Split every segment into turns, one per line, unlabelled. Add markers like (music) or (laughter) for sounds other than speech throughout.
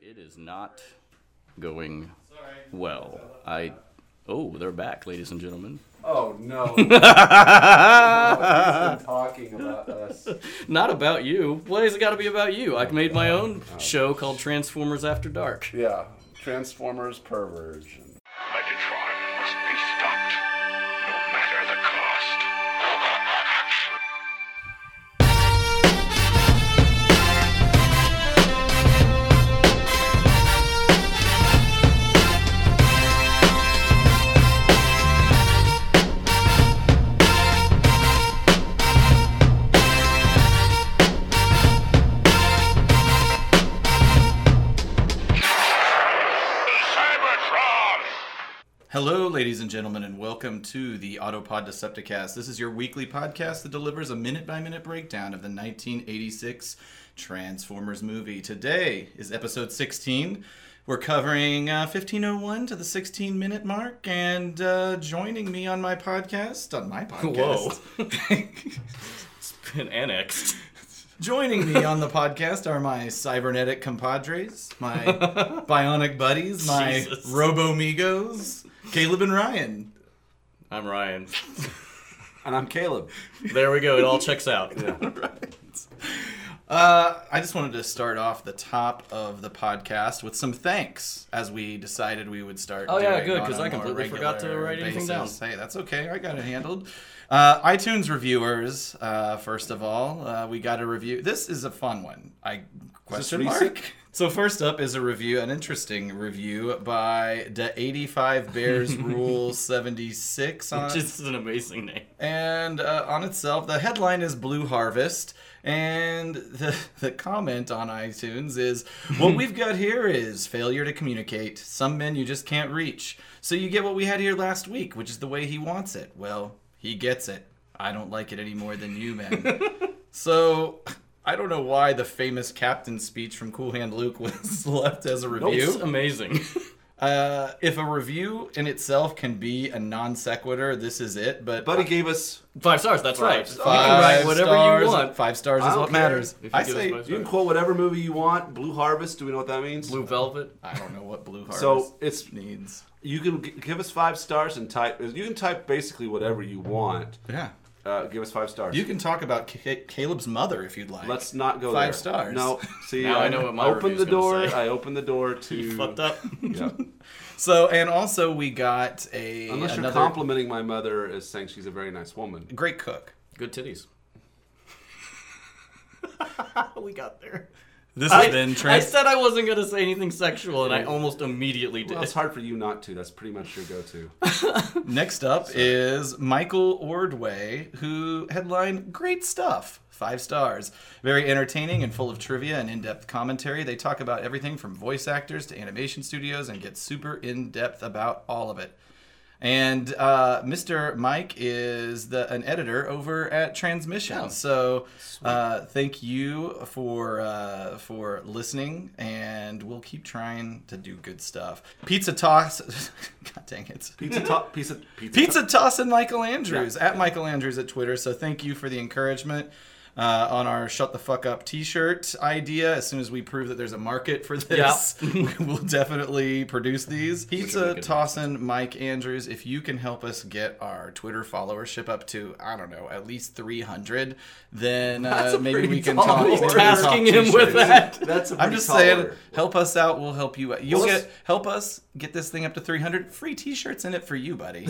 It is not going well. I oh, they're back, ladies and gentlemen.
Oh no! no he's been talking about us.
Not about you. Why has it got to be about you? I made my own show called Transformers After Dark.
Yeah, Transformers perversion.
Megatron must be stopped, no matter the cost. Cybertron!
Hello, ladies and gentlemen, and welcome to the Autopod Decepticast. This is your weekly podcast that delivers a minute by minute breakdown of the 1986 Transformers movie. Today is episode 16. We're covering uh, 1501 to the 16 minute mark, and uh, joining me on my podcast, on my podcast. Whoa.
(laughs) It's been annexed.
Joining me on the podcast are my cybernetic compadres, my bionic buddies, my
Jesus.
robo amigos, Caleb and Ryan.
I'm Ryan.
And I'm Caleb.
There we go. It all checks out.
Uh, I just wanted to start off the top of the podcast with some thanks, as we decided we would start.
Oh, yeah,
doing
good,
on
'cause
a
I
more
completely forgot to
regular
write anything
basis. Hey, that's okay. I got it handled. Uh, iTunes reviewers, uh, first of all, uh, we got a review. This is a fun one. I question
recent?
mark. So first up is a review, an interesting review by the 85
(laughs)
Bears Rule 76 on
Just an amazing name.
and uh, on itself, the headline is Blue Harvest, and (laughs) the, the comment on iTunes is What we've got here is failure to communicate. Some men you just can't reach. So you get what we had here last week, which is the way he wants it. Well, he gets it. I don't like it any more than you, men. so. I don't know why the famous captain speech from Cool Hand Luke (laughs) was left as a review.
It's amazing.
Uh, if a review in itself can be a non sequitur, this is it. But
Buddy gave us.
Five stars. That's right.
stars.
You can write whatever
stars,
you want.
Five stars
I
is
don't
what
care
matters.
if you
I
give
say
us
You can quote whatever movie you want. Blue Harvest. Do we know what that means?
Blue Velvet.
I don't know what Blue Harvest
So it's
needs.
you can g- give us five stars and type. You can type basically whatever you want.
Yeah,
Uh, give us five stars.
you can talk about Ca- Caleb's mother if you'd like.
Let's not go
Five
there.
stars.
No. See,
Now I know what my
opened the
review's gonna
door.
say.
I opened the door to.
You fucked up.
Yeah.
So and also we got a
Unless you're
another
complimenting my mother as saying she's a very nice woman.
great cook.
Good titties.
We got there. This
I,
has been
I
trans.
said I wasn't gonna say anything sexual, and I almost immediately did. (laughs)
Well, it's hard for you not to. That's pretty much your go-to.
Next up is Michael Ordway, who headlined Great Stuff, five stars. Very entertaining and full of trivia and in depth commentary. They talk about everything from voice actors to animation studios and get super in depth about all of it. And uh, Mr. Mike is the an editor over at Transmission. so uh, thank you for uh, for listening, and we'll keep trying to do good stuff. Pizza Toss, (laughs) God dang it!
Pizza top. Pizza. Pizza.
(laughs) Pizza Toss and Michael Andrews at Michael Andrews at Twitter. So thank you for the encouragement uh, on our "Shut the Fuck Up" T-shirt idea. As soon as we prove that there's a market for this, (laughs) we'll definitely produce these. Pizza Toss and Mike Andrews. If you can help us get our Twitter followership up to I don't know at least 300, then uh,
a
maybe
pretty
we can
tall
talk.
order.
maybe we can talk
Tasking him
t-shirts.
with that.
That's a
I'm
pretty
just
tall
saying,
order.
help us out. We'll help you. out. You'll
Well,
get help us get this thing up to 300. Free T-shirts in it for
(laughs)
you, buddy.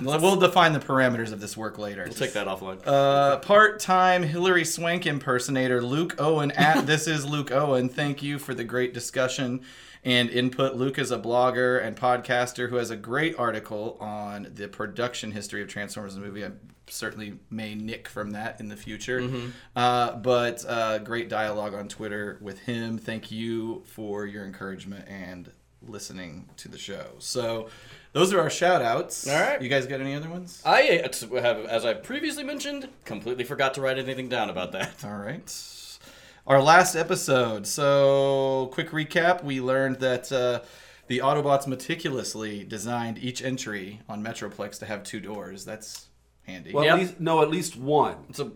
we'll define the parameters of this work later.
We'll take that offline.
Uh, part-time Hillary Swank impersonator Luke Owen
(laughs)
at This Is Luke Owen. Thank you for the great discussion and input. Luke is a blogger and podcaster who has a great article on the production history of Transformers the movie. I certainly may nick from that in the future,
Mm-hmm.
uh, but uh, great dialogue on Twitter with him. Thank you for your encouragement and listening to the show. So. Those are our shout outs.
All right.
You guys got any other ones?
I uh, have, as I previously mentioned, completely forgot to write anything down about that.
All right. Our last episode. So, quick recap we learned that uh, the Autobots meticulously designed each entry on Metroplex to have two doors. That's handy.
Well,
Yep.
at least, no, at least one.
It's a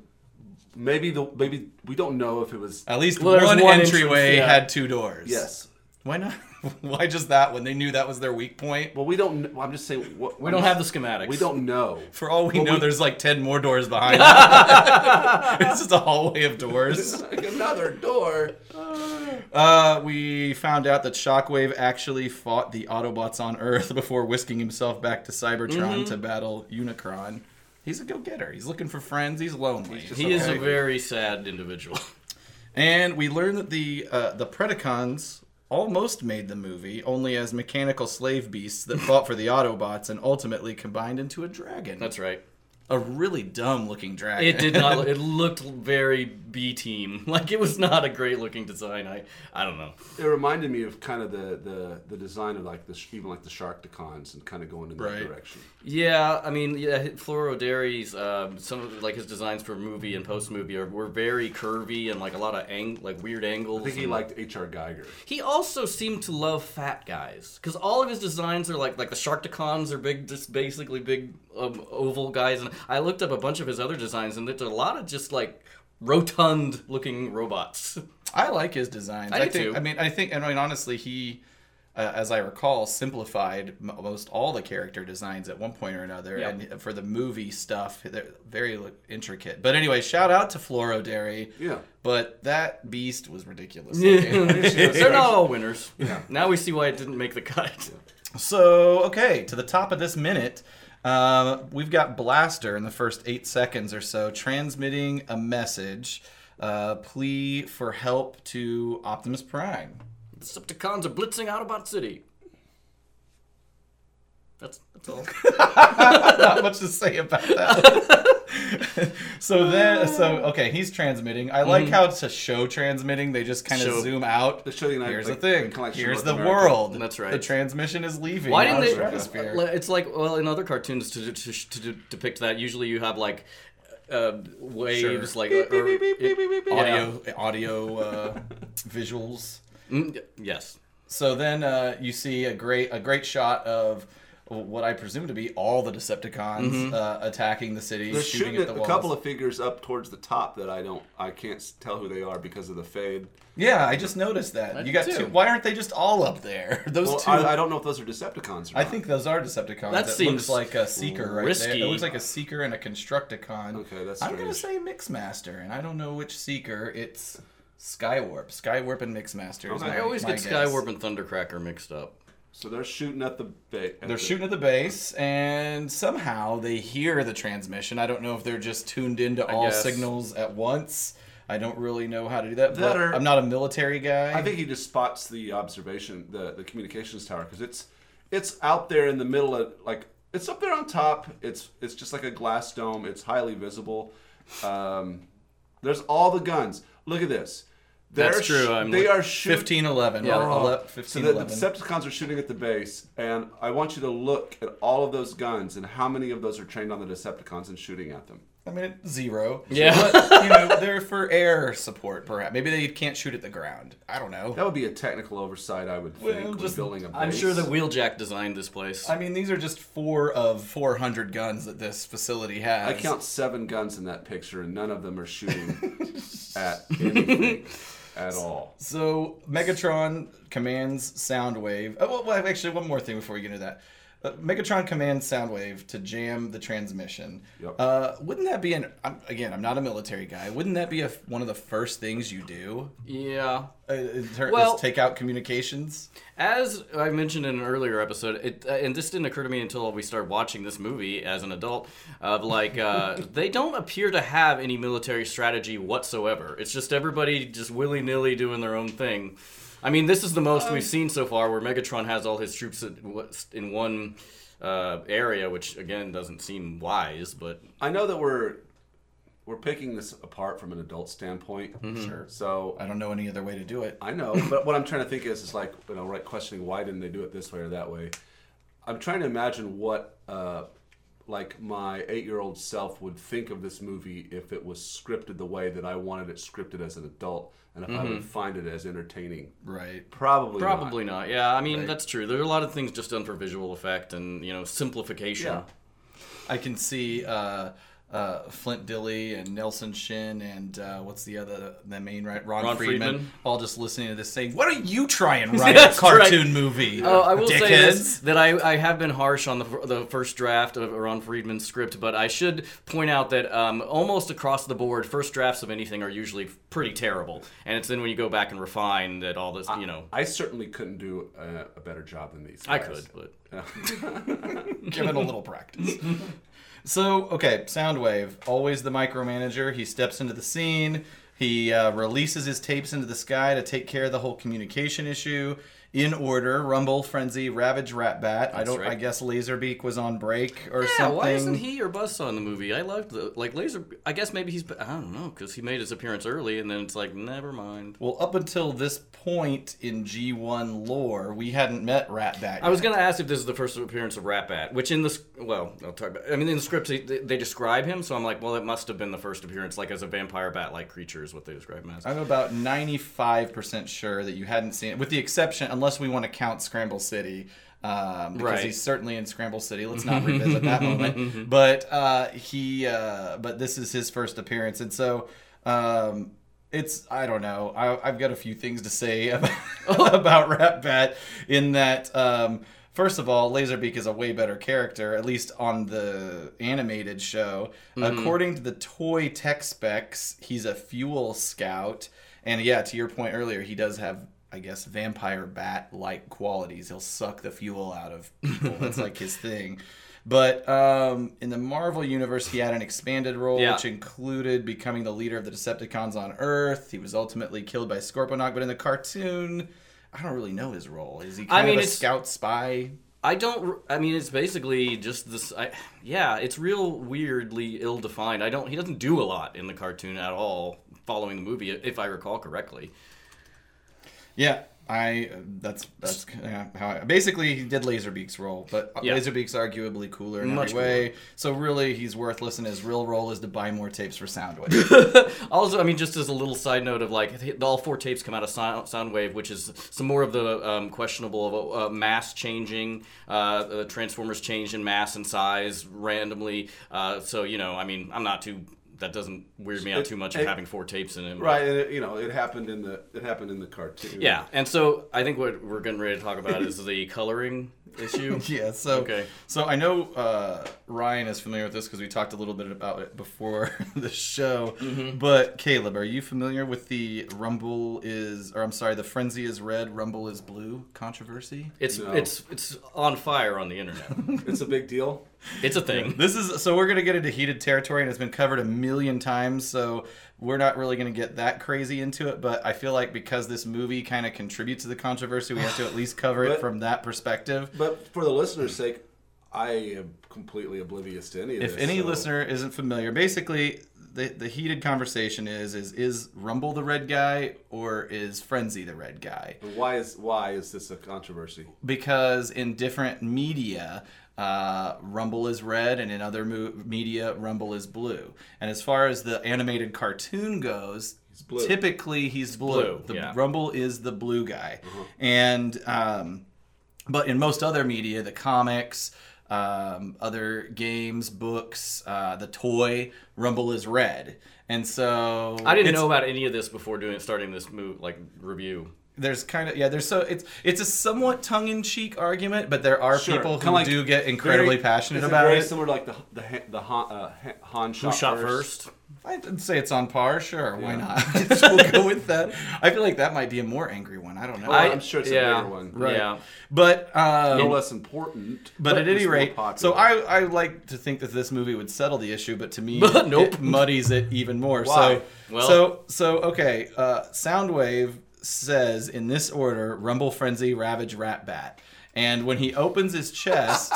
maybe the maybe we don't know if it was
At least
Well, there's
one,
one
entryway
entrance, yeah.
had two doors.
yes.
Why not? (laughs) Why just that when they knew that was their weak point?
Well, we don't. kn- Well, I'm just saying. What,
We don't have the schematics.
We
(laughs)
don't know.
For all we know,
we-
there's like 10 more doors behind them. (laughs) it's just a hallway
(laughs)
of doors.
Like another door.
Uh, we found out that Shockwave actually fought the Autobots on Earth (laughs) before whisking himself back to
Mm-hmm.
Cybertron to battle Unicron. He's a go getter. He's looking for friends. He's lonely.
He is a
Okay.
very sad individual. (laughs)
And we learned that the uh, the Predacons almost made the movie, only as mechanical slave
(laughs)
beasts that fought for the Autobots and ultimately combined into a dragon.
That's right.
a really dumb looking dragon.
It did (laughs)
(laughs)
not. look- It looked very B team. (laughs) Like it was not a great looking design. I I don't know.
It reminded me of kind of the the, the design of like the sh- even like the shark decons and kind of going in that
Right.
direction.
Yeah, I mean, yeah, Floro Derry's um, some of like his designs for movie and post movie are were very curvy and like a lot of ang- like weird angles.
I think he
and-
liked H.R. Geiger.
He also seemed to love fat guys because all of his designs are like like the Sharktacons are big, just basically big um, oval guys. And I looked up a bunch of his other designs, and there's a lot of just like rotund looking robots.
I like his designs.
I do
think,
too.
I mean, I think, and I mean, honestly, he, uh, as I recall, simplified m- most all the character designs at one point or another.
Yeah.
And for the movie stuff, they're very like, intricate. But anyway, shout out to Floro Dairy.
Yeah.
But that beast was
(laughs)
ridiculous. looking.
They're not all winners. Now we see why it didn't make the cut. (laughs)
so, okay, to the top of this minute. Uh, we've got Blaster in the first eight seconds or so transmitting a message, uh, plea for help to Optimus Prime.
The Decepticons are blitzing Autobot City. That's that's all.
not much to say about that. so then, so okay, he's transmitting. I like how it's a show transmitting. They just kind of
Show.
zoom out.
The show United-
Here's
like,
the thing.
kinda like
Here's
Show
the
America.
world.
That's right.
The transmission is leaving.
Why
out
didn't
of
they?
the atmosphere.
uh, It's like well, in other cartoons to to, to, to depict that, usually you have like uh, waves, like uh, or-
audio, audio, uh, (laughs) visuals.
Mm, yes.
So then uh, you see a great a great shot of what I presume to be all the Decepticons uh, attacking the city,
They're
shooting,
shooting
at the
at a
walls.
couple of figures up towards the top that I don't, I can't s- tell who they are because of the fade.
yeah, I just noticed that. you
did
got
too.
two. Why aren't they just all up there? (laughs) Those
Well,
two.
I, I don't know if those are Decepticons. Or
I
not.
think those are Decepticons.
That
That it looks
seems
like a seeker right
risky.
there. It looks like a seeker and a constructicon.
Okay, that's
I'm gonna say
strange.
Mixmaster, and I don't know which seeker. It's Skywarp. Skywarp and Mixmaster. Is
Okay.
my,
I always
my
get
guess.
Skywarp and Thundercracker mixed up.
so. They're shooting at the bait.
They're shooting at the base, and somehow they hear the transmission. I don't know if they're just tuned into all
guess.
signals at once. I don't really know how to do that.
That
but
or-
I'm not a military guy.
I think he just spots the observation, the the communications tower, because it's it's out there in the middle of like it's up there on top. It's it's just like a glass dome. It's highly visible. Um, there's all the guns. Look at this. They're
That's true, I'm
they
look-
are shooting.
1511.
Yeah.
or ele-
So the, the
1511.
Decepticons are shooting at the base, and I want you to look at all of those guns and how many of those are trained on the Decepticons and shooting at them.
I mean, it's zero.
Yeah.
But, you know, they're for air support, perhaps. Maybe they can't shoot at the ground. I don't know.
That would be a technical oversight, I would think,
Well,
when
just-
building a base.
I'm sure that Wheeljack designed this place.
I mean, these are just four of 400 guns that this facility has.
I count seven guns in that picture, and none of them are shooting at anything at all.
So Megatron commands Soundwave. Oh, well, well, actually, one more thing before we get into that. Uh, Megatron commands Soundwave to jam the transmission.
Yep.
Uh, wouldn't that be an? I'm, again, I'm not a military guy. Wouldn't that be a, one of the first things you do?
yeah.
Uh, in ter-
Well-
is take out communications.
As I mentioned in an earlier episode, it, uh, and this didn't occur to me until we started watching this movie as an adult, of like, uh, they don't appear to have any military strategy whatsoever. It's just everybody just willy nilly doing their own thing. I mean, this is the most we've seen so far where Megatron has all his troops at- in one uh, area, which again doesn't seem wise, but
I know that we're we're picking this apart from an adult standpoint. Sure. So
I don't know any other way to do it.
I know, but what I'm trying to think is, is like, you know, right, questioning why didn't they do it this way or that way. I'm trying to imagine what, uh, like, my eight year old self would think of this movie if it was scripted the way that I wanted it scripted as an adult, and if I would find it as entertaining.
Right.
Probably. not.
Mm-hmm. Probably not. Yeah, I mean that's true. There are a lot of things just done for visual effect and you know simplification.
Yeah.
I can see uh, uh, Flint Dilly and Nelson Shin and uh, what's the other the main right Ron,
Ron
Friedman,
Friedman.
all just listening to this saying, "What are
(laughs)
you trying to write a
That's right.
cartoon movie?"
Oh, I will
dickheads?
say this, that I, I have been harsh on the, fir- the first draft of Ron Friedman's script, but I should point out that um, almost across the board, first drafts of anything are usually pretty terrible, and it's then when you go back and refine that all this, you know,
I certainly couldn't do a, a better job than these.
I could,
guys.
but
(laughs)
uh,
give it a little practice. (laughs) so, okay, Soundwave, always the micromanager. He steps into the scene. He uh, releases his tapes into the sky to take care of the whole communication issue. In order, Rumble, Frenzy, Ravage, Ratbat. I don't.
right.
I guess Laserbeak was on break or
yeah,
something.
why isn't he or Buzzsaw in the movie? I loved the like Laser. I guess maybe he's I don't know because he made his appearance early, and then it's like never mind.
Well, up until this point in G1 lore, we hadn't met Ratbat.
I was gonna ask if this is the first appearance of Ratbat, which in this well, I'll talk about. I mean, in the scripts they, they describe him, so I'm like, well, it must have been the first appearance, like as a vampire bat-like creature is what they describe him as.
I'm about 95% sure that you hadn't seen it, with the exception, unless we want to count Scramble City, um, because
Right.
he's certainly in Scramble City. Let's not revisit that moment. But uh, he, uh, but this is his first appearance, and so um, it's I don't know. I, I've got a few things to say (laughs) about, about Rat Bat in that. Um, First of all, Laserbeak is a way better character, at least on the animated show. According to the toy tech specs, he's a fuel scout. And yeah, to your point earlier, he does have, I guess, vampire bat like qualities. He'll suck the fuel out of people. That's like his thing. But um, in the Marvel universe, he had an expanded role,
Yeah.
which included becoming the leader of the Decepticons on Earth. He was ultimately killed by Scorponok, but in the cartoon, I don't really know his role. Is he kind
mean,
of a
it's-
scout spy?
I don't. r- I mean, it's basically just this. I, yeah, it's real weirdly ill-defined. I don't. He doesn't do a lot in the cartoon at all, following the movie, if I recall correctly.
Yeah, I. uh, That's that's kinda how I. Basically, he did Laserbeak's role, but
Yeah.
Laserbeak's arguably cooler in
Much
every
cooler.
way. So really, he's worthless, and his real role is to buy more tapes
(laughs)
for Soundwave.
Also, I mean, just as a little side note of like, th- all four tapes come out of Sound, Soundwave, which is some more of the um, questionable uh, mass changing, uh, uh, Transformers change in mass and size randomly. Uh, so you know, I mean, I'm not too. That doesn't weird me out too much of
It-
having four tapes in it. but-
Right, and it, you know, it happened in the it happened in the cartoon.
Yeah, and so I think what we're getting ready to talk about is the coloring
(laughs)
issue.
yeah. So
Okay.
So I know uh, Ryan is familiar with this because we talked a little bit about it before (laughs) the show.
Mm-hmm.
But Caleb, are you familiar with the Rumble is, or I'm sorry, the Frenzy is red, Rumble is blue controversy?
It's
No.
it's it's on fire on the
(laughs)
internet.
it's a big deal.
It's a thing.
This is so we're gonna get into heated territory, and it's been covered a million times. So we're not really gonna get that crazy into it. But I feel like because this movie kind of contributes to the controversy, we have to at least cover it
But-
from that perspective.
But for the listener's sake, I am completely oblivious to any of
If
this.
any
so-
listener isn't familiar, basically the the heated conversation is is is Rumble the red guy or is Frenzy the red guy?
why is why is this a controversy?
because in different media, uh, Rumble is red, and in other mo- media, Rumble is blue. And as far as the animated cartoon goes,
blue.
typically he's blue.
blue,
the
yeah. Mm-hmm.
Rumble is the blue guy, and um, but in most other media, the comics. Um, other games, books, uh, the toy Rumble is red, and so
I didn't
it's-
know about any of this before doing starting this move like review.
there's kind of yeah there's so it's it's a somewhat tongue-in-cheek argument but there are
Sure,
people who
kinda like
do get incredibly
Very-
passionate
is it
about
very
it
Similar to like the the Han- the Han, uh, Han shot,
Who shot first?
i'd say it's on par sure why not (laughs) we'll go with that i feel like that might be a more angry one i don't know
Oh, I'm sure it's a
yeah,
bigger one.
Right. Yeah.
but um,
No less important.
but, at
it's
any
more
rate, so
popular.
I, I like to think that this movie would settle the issue, but to me,
But nope.
it muddies it even more.
Why?
So,
Well-
so, so okay. Uh, Soundwave says in this order: Rumble, Frenzy, Ravage, Rat, Bat. And when he opens his chest,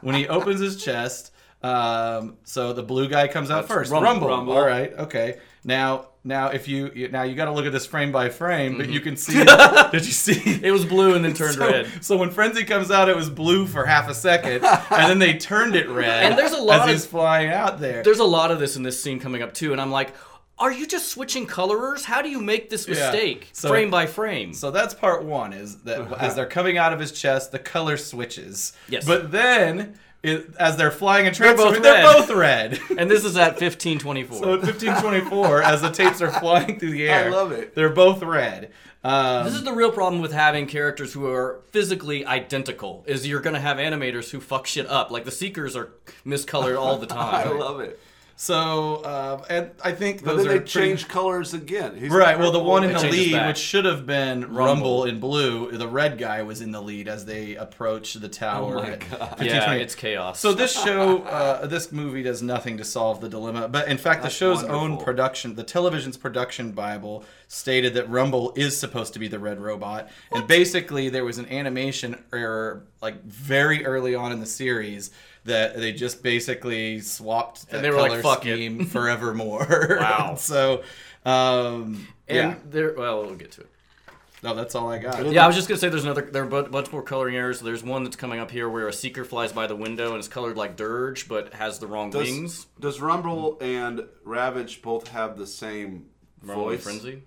when he opens his chest, um, so the blue guy comes out first.
Rumble.
Rumble.
Rumble.
All right. Okay. Now, now, if you you- now you got to look at this frame by frame, but you can see. did you see?
(laughs)
(laughs)
It was blue
(laughs)
and then turned
so,
red.
So when Frenzy comes out, it was blue for half a second, and then they turned it red.
And there's a lot
as
of-
he's flying out there.
There's a lot of this in this scene coming up too, and I'm like, are you just switching colorers? How do you make this mistake
So-
frame by frame?
So that's part one is that as they're coming out of his chest, the color switches.
Uh-huh. Yes.
But then it, as they're flying a train.
both
they're
red.
both red.
And this is at 1524.
So at 1524, as the tapes are flying through the
I
air,
love it.
They're both red. Um,
this is the real problem with having characters who are physically identical. Is you're gonna have animators who fuck shit up. Like the Seekers are miscolored all the time.
(laughs) I love it.
so, um, and I think
But
those
then
are
they
pretty-
change colors again. He's oh,
Right. Well, the one in
It
the
changes
lead,
back.
which should have been Rumble. in blue, the red guy was in the lead as they approached the tower.
Oh my
at
God.
1520.
Yeah, it's chaos.
So this show, uh, this movie does nothing to solve the dilemma. But in fact, the
That's
show's own
wonderful.
production, the television's production bible, stated that Rumble is supposed to be the red robot. And basically, there was an animation error, like very early on in the series, that they just basically swapped that
And they were
color
like, "Fuck it." (laughs)
scheme forevermore. (laughs)
Wow.
so, um,
and
yeah.
there. Well, we'll get to it.
No, that's all I got.
Yeah, I was just gonna say there's another. There are a bu- bunch more coloring errors. There's one that's coming up here where a seeker flies by the window and is colored like dirge, but has the wrong
Does,
wings.
Does Rumble and Ravage both have the same
Rumble and
voice?
frenzy.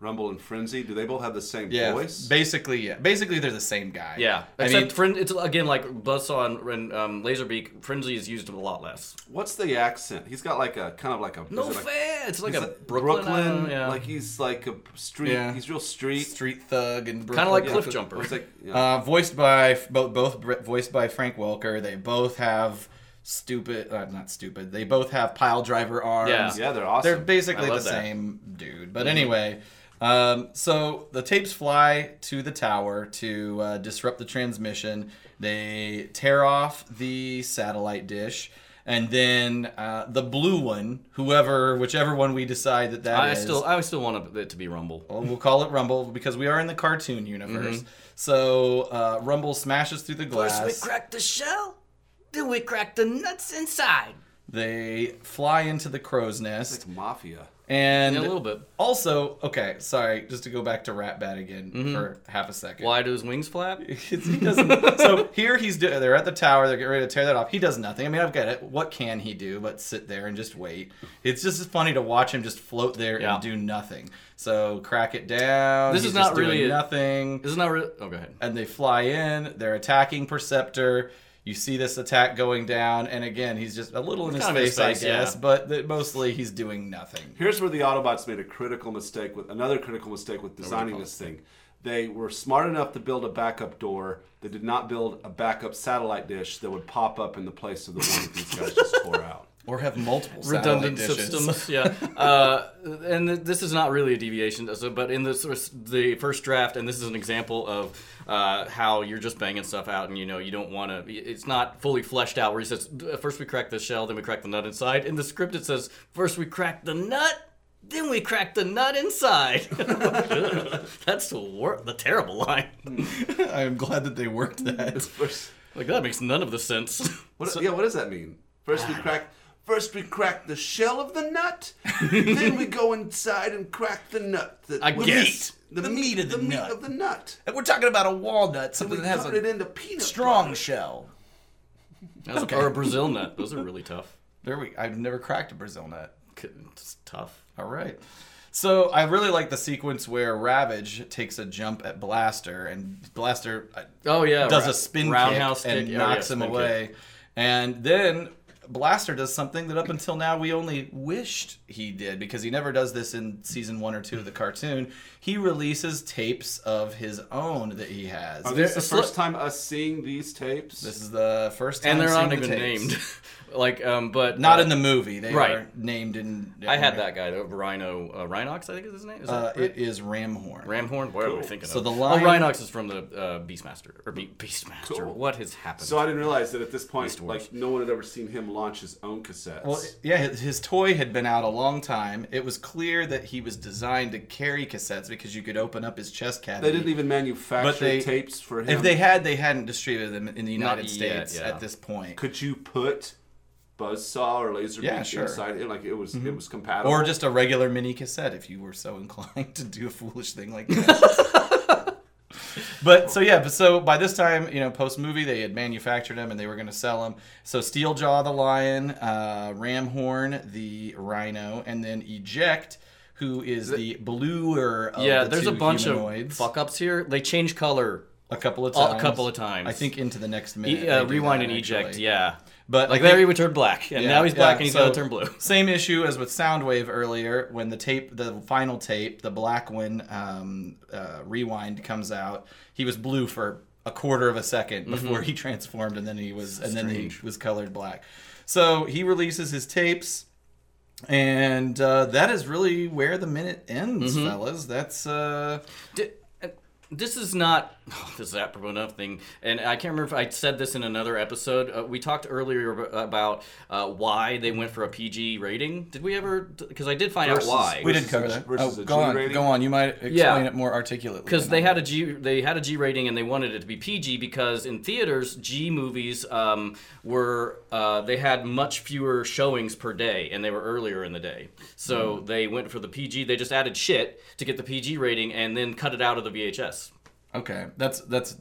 Rumble and Frenzy. Do they both have the same
Yeah,
voice?
basically, yeah, basically they're the same guy.
Yeah,
I
except
mean,
Fren- it's again like Buzzsaw and, and um, Laserbeak. Frenzy is used a lot less.
What's the accent? He's got like a kind of like a is
No
it like,
fair. It's like
he's
a Brooklyn, uh, yeah.
Like he's like a street.
Yeah.
He's real street.
street thug and
kind of like
Brooklyn-
Cliff
Or
Jumper.
it's like, yeah.
Uh, voiced by both both br- voiced by Frank Welker. They both have stupid, uh, not stupid. They both have pile driver arms.
Yeah.
yeah, they're awesome.
They're basically
I
the
love that. Mm-hmm.
same dude. But anyway, um, so the tapes fly to the tower to uh, disrupt the transmission. They tear off the satellite dish. And then uh, the blue one, whoever, whichever one we decide that that
I
is.
still, I still want it to be Rumble.
Well, we'll call it Rumble because we are in the cartoon
Mm-hmm.
universe. So uh, Rumble smashes through the glass.
crack the shell, then we crack the nuts inside.
They fly into the crow's nest,
It's mafia.
and
Yeah, a little bit.
Also, okay, sorry, just to go back to Rat Bat again for half a second.
Mm-hmm. Why do his wings (laughs) flap?
It's- (laughs) he doesn't. so here he's do, they're at the tower. They're getting ready to tear that off. He does nothing. I mean, I've got it. What can he do but sit there and just wait? It's just funny to watch him just float there
Yeah.
and do nothing. So crack it down.
This
he's
is not
just doing
really a-
nothing.
This is not really. Oh, go ahead.
and they fly in. They're attacking Perceptor. You see this attack going down, and again, he's just a little in his
Kind of in
face,
his
I
face,
guess,
yeah.
but th- mostly he's doing nothing.
Here's where the Autobots made a critical mistake with another critical mistake with designing this thing. They were smart enough to build a backup door. They did not build a backup satellite dish that would pop up in the place of the one that these guys just tore (laughs) out.
Or have multiple
redundant
satellite dishes. (laughs)
systems. Yeah, uh, and th- this is not really a deviation. So, but in the sort of- the first draft, and this is an example of uh, how you're just banging stuff out, and you know you don't want to. It's not fully fleshed out. Where he says, "D- uh, first we crack the shell, then we crack the nut inside. In the script, it says, first we crack the nut. Then we crack the nut inside. (laughs) That's the wor- the terrible line.
I'm glad that they
(laughs)
worked that.
First,
Like that makes none of the sense.
what, yeah, what does that mean? First we crack. First we crack the shell of the nut. then we go inside and crack the nut. The,
I
the
guess.
meat. The, meat, of the, meat
nut.
of the nut.
And we're talking about a walnut,
We
something that has
cut it
a
into peanut.
strong
butter.
shell.
That's- Or a Brazil nut. Those are really tough.
There we. I've never cracked a Brazil nut.
C- It's tough.
All right. So I really like the sequence where Ravage takes a jump at Blaster, and Blaster uh,
Oh yeah,
does
ra-
a spin
roundhouse
kick and
kick. Oh, yeah,
knocks him
spin kick.
away. And then Blaster does something that up until now we only wished he did because he never does this in season one or two of the cartoon. He releases tapes of his own that he has.
Are this the
Sli-
first time us seeing these tapes?
This is the first time
and they're not
seeing the
even
tapes.
named. (laughs) like, um, but
Not
uh,
in the movie. They
Right.
are named in.
I had that guy, the Rhino uh, Rhinox, I think is his name. Is
Uh,
that
it is Ramhorn.
Ramhorn? What are we thinking
So
of?
the
Oh,
lion-
Rhinox is from the uh, Beastmaster or Be- Beastmaster.
Cool.
What has happened? Oh,
So I didn't realize that at this point,
Wars.
like no one had ever seen him launch his own cassettes.
Well, yeah, his, his toy had been out a long time. It was clear that he was designed to carry cassettes because you could open up his chest cavity.
they didn't even
But
manufacture
they-
tapes for him.
If they had, they hadn't distributed them in the United
yet,
States
yeah.
at this point,
could you put Buzzsaw or Laserbeak
Yeah, sure. Mm-hmm.
inside it? Like it was, it was compatible.
or just a regular mini cassette if you were so (laughs) inclined to do a foolish thing like that.
(laughs)
But so yeah, but so by this time, you know, post movie, they had manufactured them and they were going to sell them. So Steeljaw the lion, uh, Ramhorn the rhino, and then Eject, who is the bluer of
yeah,
the
there's
two
a bunch
humanoids.
of fuck ups here. They change color
a couple of
A
times.
couple of times.
I think into the next minute.
E- uh,
they do
rewind
that,
and eject,
actually.
yeah.
But
Like
I think-
there he would turn black, and
Yeah,
now he's black
yeah,
and he's
so
gonna turn blue.
Same issue as with Soundwave earlier, when the tape, the final tape, the black one, um, uh, rewind comes out. He was blue for a quarter of a 2nd before he transformed, and then he was, and then he
Strange.
was colored black. So he releases his tapes, and uh, that is really where the minute ends, fellas. That's uh,
D- uh, this is not (laughs) oh, this is apropos of nothing, and I can't remember if I said this in another episode. Uh, we talked earlier ab- about uh, why they went for a PG rating. Did we ever? Because I did find
Versus-
out why.
we
Versus
did cover
a-
that. Oh,
versus a
go
G
on,
rating?
go on. You might explain
Yeah.
it more articulately
because
than
they
I
had
will.
a G they had a G rating and they wanted it to be PG because in theaters G movies um, were uh, they had much fewer showings per day and they were earlier in the day so they went for the PG they just added shit to get the PG rating and then cut it out of the VHS
Okay, that's that's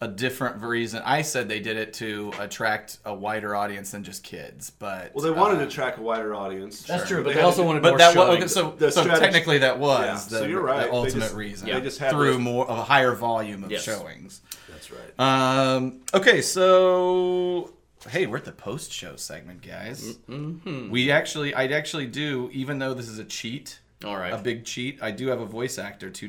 a different reason. I said they did it to attract a wider audience than just kids, but uh,
Well, they wanted to attract a wider audience.
that's true but they,
had
also
to-
wanted
But
more
that was
showings.
okay, so,
The
so
strategy-
technically that was
Yeah,
the,
so you're right.
the
They
ultimate
just-
reason.
they just had
through
those-
more a higher volume of
Yes.
showings.
That's right.
Um, okay, so hey, we're at the post show segment, guys.
Mm-hmm.
We actually, I actually do, even though this is a cheat,
all right
a big cheat. I do have a voice actor to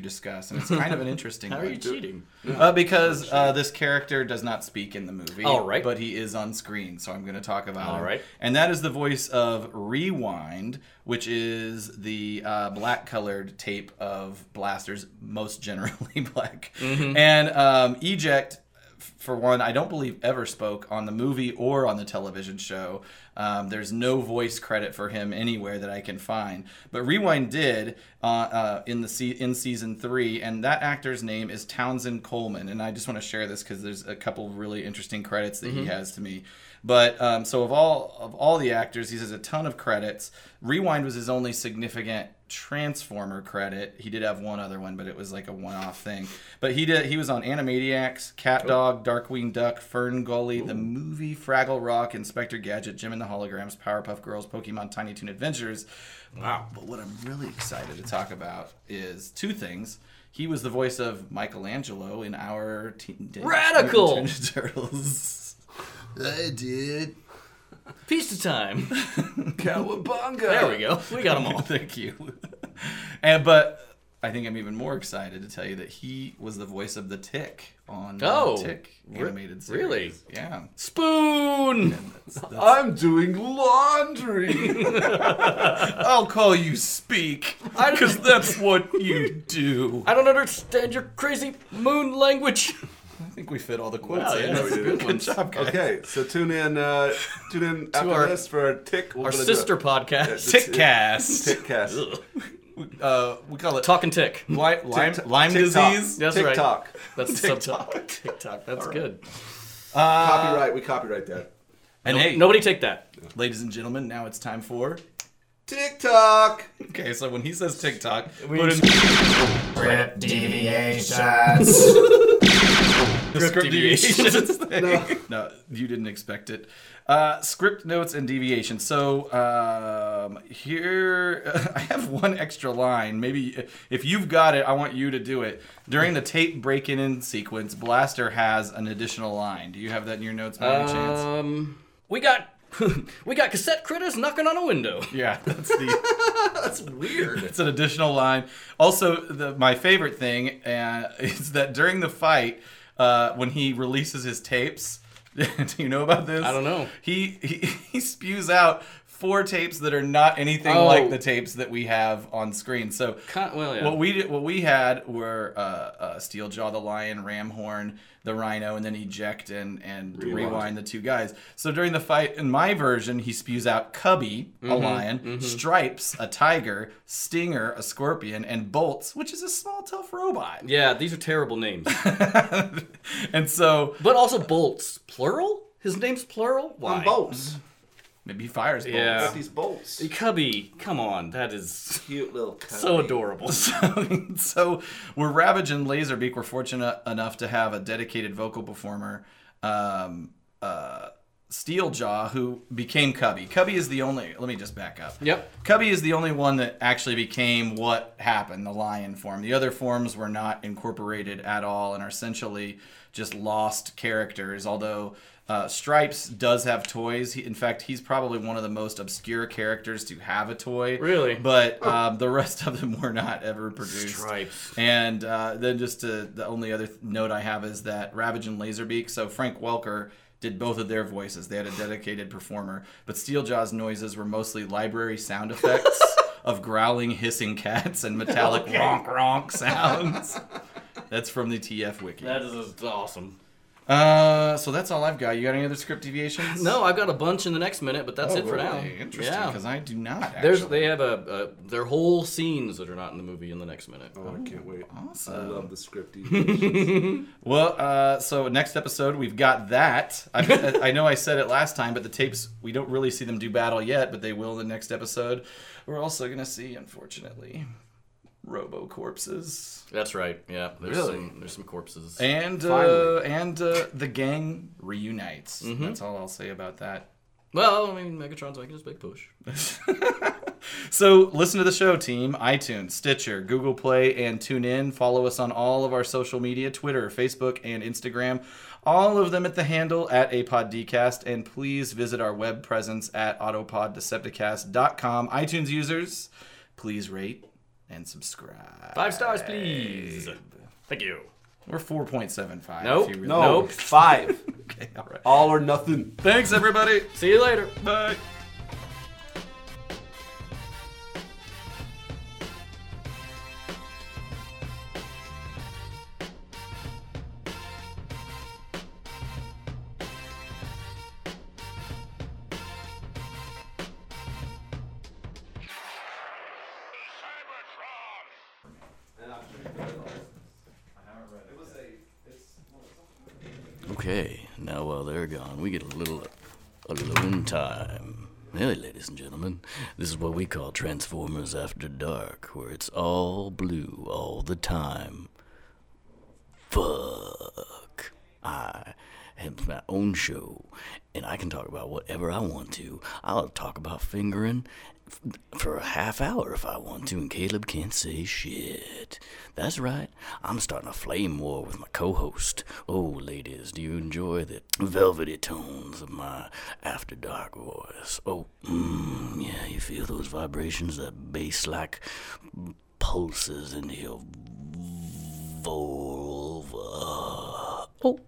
(laughs)
discuss, and it's kind of an interesting.
how are
one.
you cheating
Uh, because uh, this character does not speak in the movie.
All right.
But he is on screen, so I'm going to talk about
All
him.
right.
And that is the voice of Rewind, which is the uh, black colored tape of blasters, most generally (laughs) black. And um, Eject. f- For one, I don't believe ever spoke on the movie or on the television show. Um, there's no voice credit for him anywhere that I can find. But Rewind did uh, uh, in the se- in season three, and that actor's name is Townsend Coleman. And I just want to share this because there's a couple really interesting credits that he has to me. But um, so of all of all the actors, he has a ton of credits. Rewind was his only significant Transformer credit. He did have one other one, but it was like a one-off thing. But he did. He was on Animaniacs, Cat Dog, Darkwing Duck, Fern Gully, the movie Fraggle Rock, Inspector Gadget, Jim and the Holograms, Powerpuff Girls, Pokemon, Tiny Toon Adventures. Wow. But what I'm really excited to talk about is two things. He was the voice of Michelangelo in our Teen Teenage
Radical!
Mutant Ninja Turtles. (laughs) I did.
pizza (laughs) time
(laughs) Cowabunga!
there we go we got them all
Thank you. and but I think I'm even more excited to tell you that he was the voice of the Tick on the
Oh,
Tick
re-
animated series.
really?
Yeah.
(laughs) spoon
I'm doing
(laughs)
laundry.
I'll call you Speak
I-
because that's what you do.
I don't understand your crazy moon language
I think we fit all the quotes
Wow, yeah,
in.
we
That's a
did.
good one. job, guys.
okay, so tune in. Uh, tune in after
our-
this for our tick. We're
our
gonna do a
sister podcast
Tickcast.
tick cast.
Uh, we call it
talking tick
Li- Lyme,
Tick-
Lyme
TikTok.
disease.
That's right.
TikTok.
That's the subtitle. TikTok. That's good.
Copyright. We copyright that.
And hey,
Nobody take that.
ladies and gentlemen, now it's time for.
TikTok.
Okay, so when he says TikTok, (laughs) we
Rip deviations.
script
deviations.
deviations thing. No. you didn't expect it. Uh, script notes and deviations. So um, here, (laughs) I have one extra line. Maybe if you've got it, I want you to do it. During the tape break-in in sequence, Blaster has an additional line. Do you have that in your notes by any chance?
Um, we got (laughs) we got cassette critters knocking on a window. (laughs)
Yeah, that's the.
That's weird.
It's an additional line. Also, the, my favorite thing uh, (laughs) is that during the fight, uh, when he releases his tapes, (laughs) do you know about this?
I don't know.
He he, (laughs) he spews out four tapes that are not anything
Oh.
like the tapes that we have on screen. So
Con- well, yeah.
what we did, what we had were uh, uh, Steeljaw the lion, Ramhorn the rhino, and then Eject and and rewind. the two guys. So during the fight, in my version, he spews out Cubby a
Mm-hmm,
lion, Stripes a tiger, Stinger a scorpion, and Bolts, which is a small tough robot.
yeah, these are terrible names.
and so
(laughs) But also bolts, plural. His name's plural. Why?
On bolts.
maybe he fires Bolts.
Yeah.
Got these bolts.
Cubby. Come on, that is
Cute little. Cubby.
so (laughs) adorable.
So, (laughs) so we're Ravage and Laserbeak. We're fortunate enough to have a dedicated vocal performer. Um, uh, Steeljaw who became Cubby. Cubby is the only. Let me just back up.
Yep.
Cubby is the only one that actually became what happened, the lion form. The other forms were not incorporated at all and are essentially just lost characters. Although uh, Stripes does have toys. He, in fact, he's probably one of the most obscure characters to have a toy.
Really?
But um, the rest of them were not ever produced.
Stripes.
And uh, then just to, the only other th- note I have is that Ravage and Laserbeak. So Frank Welker did both of their voices. They had a dedicated performer, but Steeljaw's noises were mostly library sound
(laughs)
effects of growling, hissing cats and metallic ronk ronk
(laughs)
sounds. That's from the TF wiki.
That is just awesome.
Uh, so that's all I've got. You got any other script deviations?
No, I've got a bunch in the next minute, but that's
Oh,
it for now.
really? Interesting,
Yeah.
because I do not. Actually.
There's they have a, a their whole scenes that are not in the movie in the next minute.
Oh, I can't wait.
awesome.
I love the script. (laughs) deviations.
Well, uh, so next episode we've got that. I, I know I said it last time, but the tapes we don't really see them do battle yet, but they will in the next episode. We're also gonna see, unfortunately, Robo corpses
That's right. Yeah. There's
Really?
some there's some corpses.
and uh,
Finally.
and uh, the gang reunites. That's all I'll say about that.
well, I mean Megatron's making his big push.
So listen to the show, team. iTunes, Stitcher, Google Play, and tune in. Follow us on all of our social media Twitter, Facebook, and Instagram. All of them at the handle at APODcast. And please visit our web presence at autopoddecepticast.com. iTunes users, please rate and subscribe.
Five stars, please. Thank you.
We're 4.75.
Nope.
if you really-
No,
Nope.
five.
Okay, (laughs) all right.
All or nothing.
Thanks, everybody.
See you later.
Bye.
Cybertron!
Okay, now while they're gone, we get a little alone time. Hey, ladies and gentlemen, this is what we call Transformers After Dark, where it's all blue all the time. Fuck. I have my own show, and I can talk about whatever I want to. I'll talk about fingering f- for a half hour if I want to, and Caleb can't say shit. That's right, I'm starting a flame war with my co host. Oh, ladies, do you enjoy the velvety tones of my after dark voice? Oh, mm, yeah, you feel those vibrations, that bass like pulses into your vulva. Oh,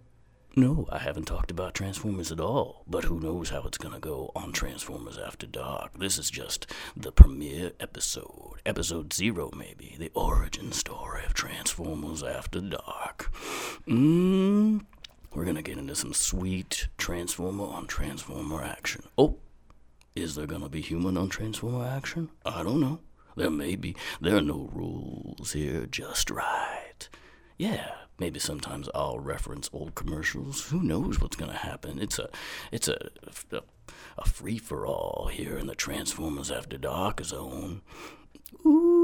no, I haven't talked about Transformers at all, but who knows how it's going to go on Transformers After Dark. This is just the premiere episode, episode zero, maybe, the origin story of Transformers After Dark. Mmm. We're going to get into some sweet Transformer on Transformer action. Oh, is there gonna be human on Transformer action? I don't know. There may be. There are no rules here, just right. Yeah, maybe sometimes I'll reference old commercials. Who knows what's gonna happen? It's a, it's a, a, a free for all here in the Transformers After Dark zone. Ooh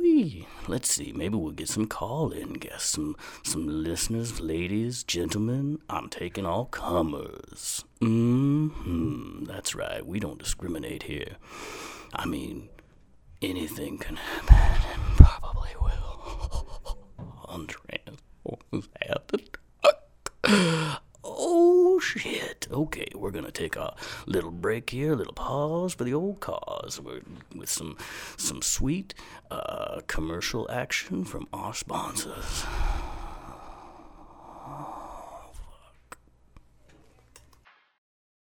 wee. Let's see. Maybe we'll get some call-in guests, some some listeners, ladies, gentlemen. I'm taking all comers. Hmm. That's right. We don't discriminate here. I mean, anything can happen, (laughs) and probably will. On Transformers After Dark. Oh shit! Okay, we're gonna take a little break here, a little pause for the old cause. We're with some some sweet uh, commercial action from our sponsors.